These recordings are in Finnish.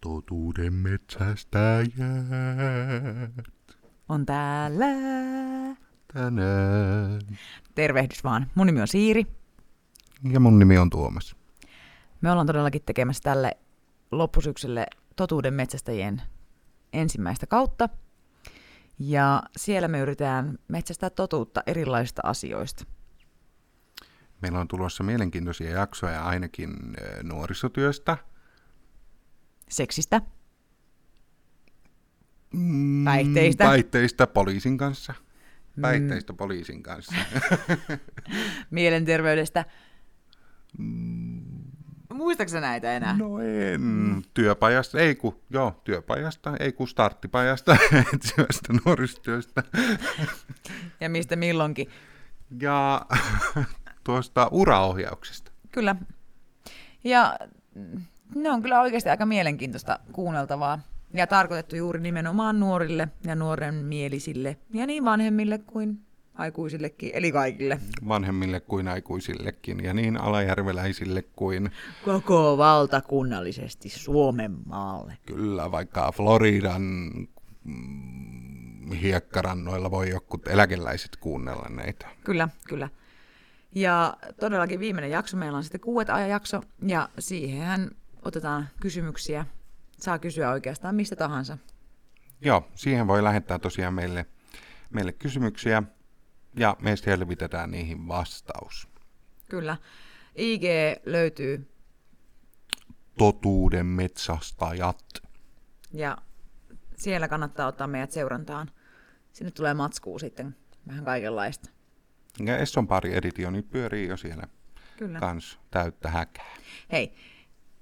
totuuden metsästäjät on täällä. tänään. Tervehdys vaan. Mun nimi on Siiri. Ja mun nimi on Tuomas. Me ollaan todellakin tekemässä tälle loppusyksylle Totuuden metsästäjien ensimmäistä kautta. Ja siellä me yritetään metsästää totuutta erilaisista asioista. Meillä on tulossa mielenkiintoisia jaksoja ainakin ö, nuorisotyöstä. Seksistä, Mm, Päihteistä. Päihteistä poliisin kanssa. Päihteistä poliisin kanssa. mielenterveydestä. Muistatko sä näitä enää? No en. Työpajasta, ei ku, joo, työpajasta, ei ku starttipajasta, etsivästä nuorisotyöstä. Ja mistä milloinkin. Ja tuosta uraohjauksesta. Kyllä. Ja mm, ne on kyllä oikeasti aika mielenkiintoista kuunneltavaa ja tarkoitettu juuri nimenomaan nuorille ja nuoren mielisille ja niin vanhemmille kuin aikuisillekin, eli kaikille. vanhemmille kuin aikuisillekin ja niin alajärveläisille kuin Koko valtakunnallisesti Suomen maalle. kyllä vaikka Floridan mm, hiekkarannoilla voi jotkut eläkeläiset kuunnella näitä. Kyllä, kyllä. Ja todellakin viimeinen jakso, meillä on sitten kuuet ajanjakso, ja siihenhän otetaan kysymyksiä. Saa kysyä oikeastaan mistä tahansa. Joo, siihen voi lähettää tosiaan meille, meille kysymyksiä ja me selvitetään niihin vastaus. Kyllä. IG löytyy Totuuden metsästäjät. Ja siellä kannattaa ottaa meidät seurantaan. Sinne tulee matskuu sitten vähän kaikenlaista. Ja Esson pari editio nyt pyörii jo siellä Kyllä. kans täyttä häkää. Hei,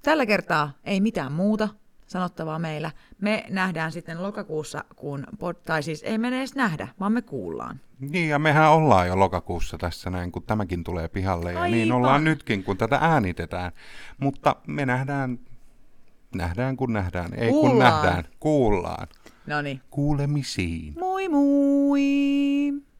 tällä kertaa ei mitään muuta sanottavaa meillä. Me nähdään sitten lokakuussa, kun, pod- tai siis ei me edes nähdä, vaan me kuullaan. Niin, ja mehän ollaan jo lokakuussa tässä näin, kun tämäkin tulee pihalle. Ja niin Aivan. ollaan nytkin, kun tätä äänitetään. Mutta me nähdään, nähdään kun nähdään. Ei kun Kuullaan. nähdään, kuullaan. No niin, Kuulemisiin. moi moi!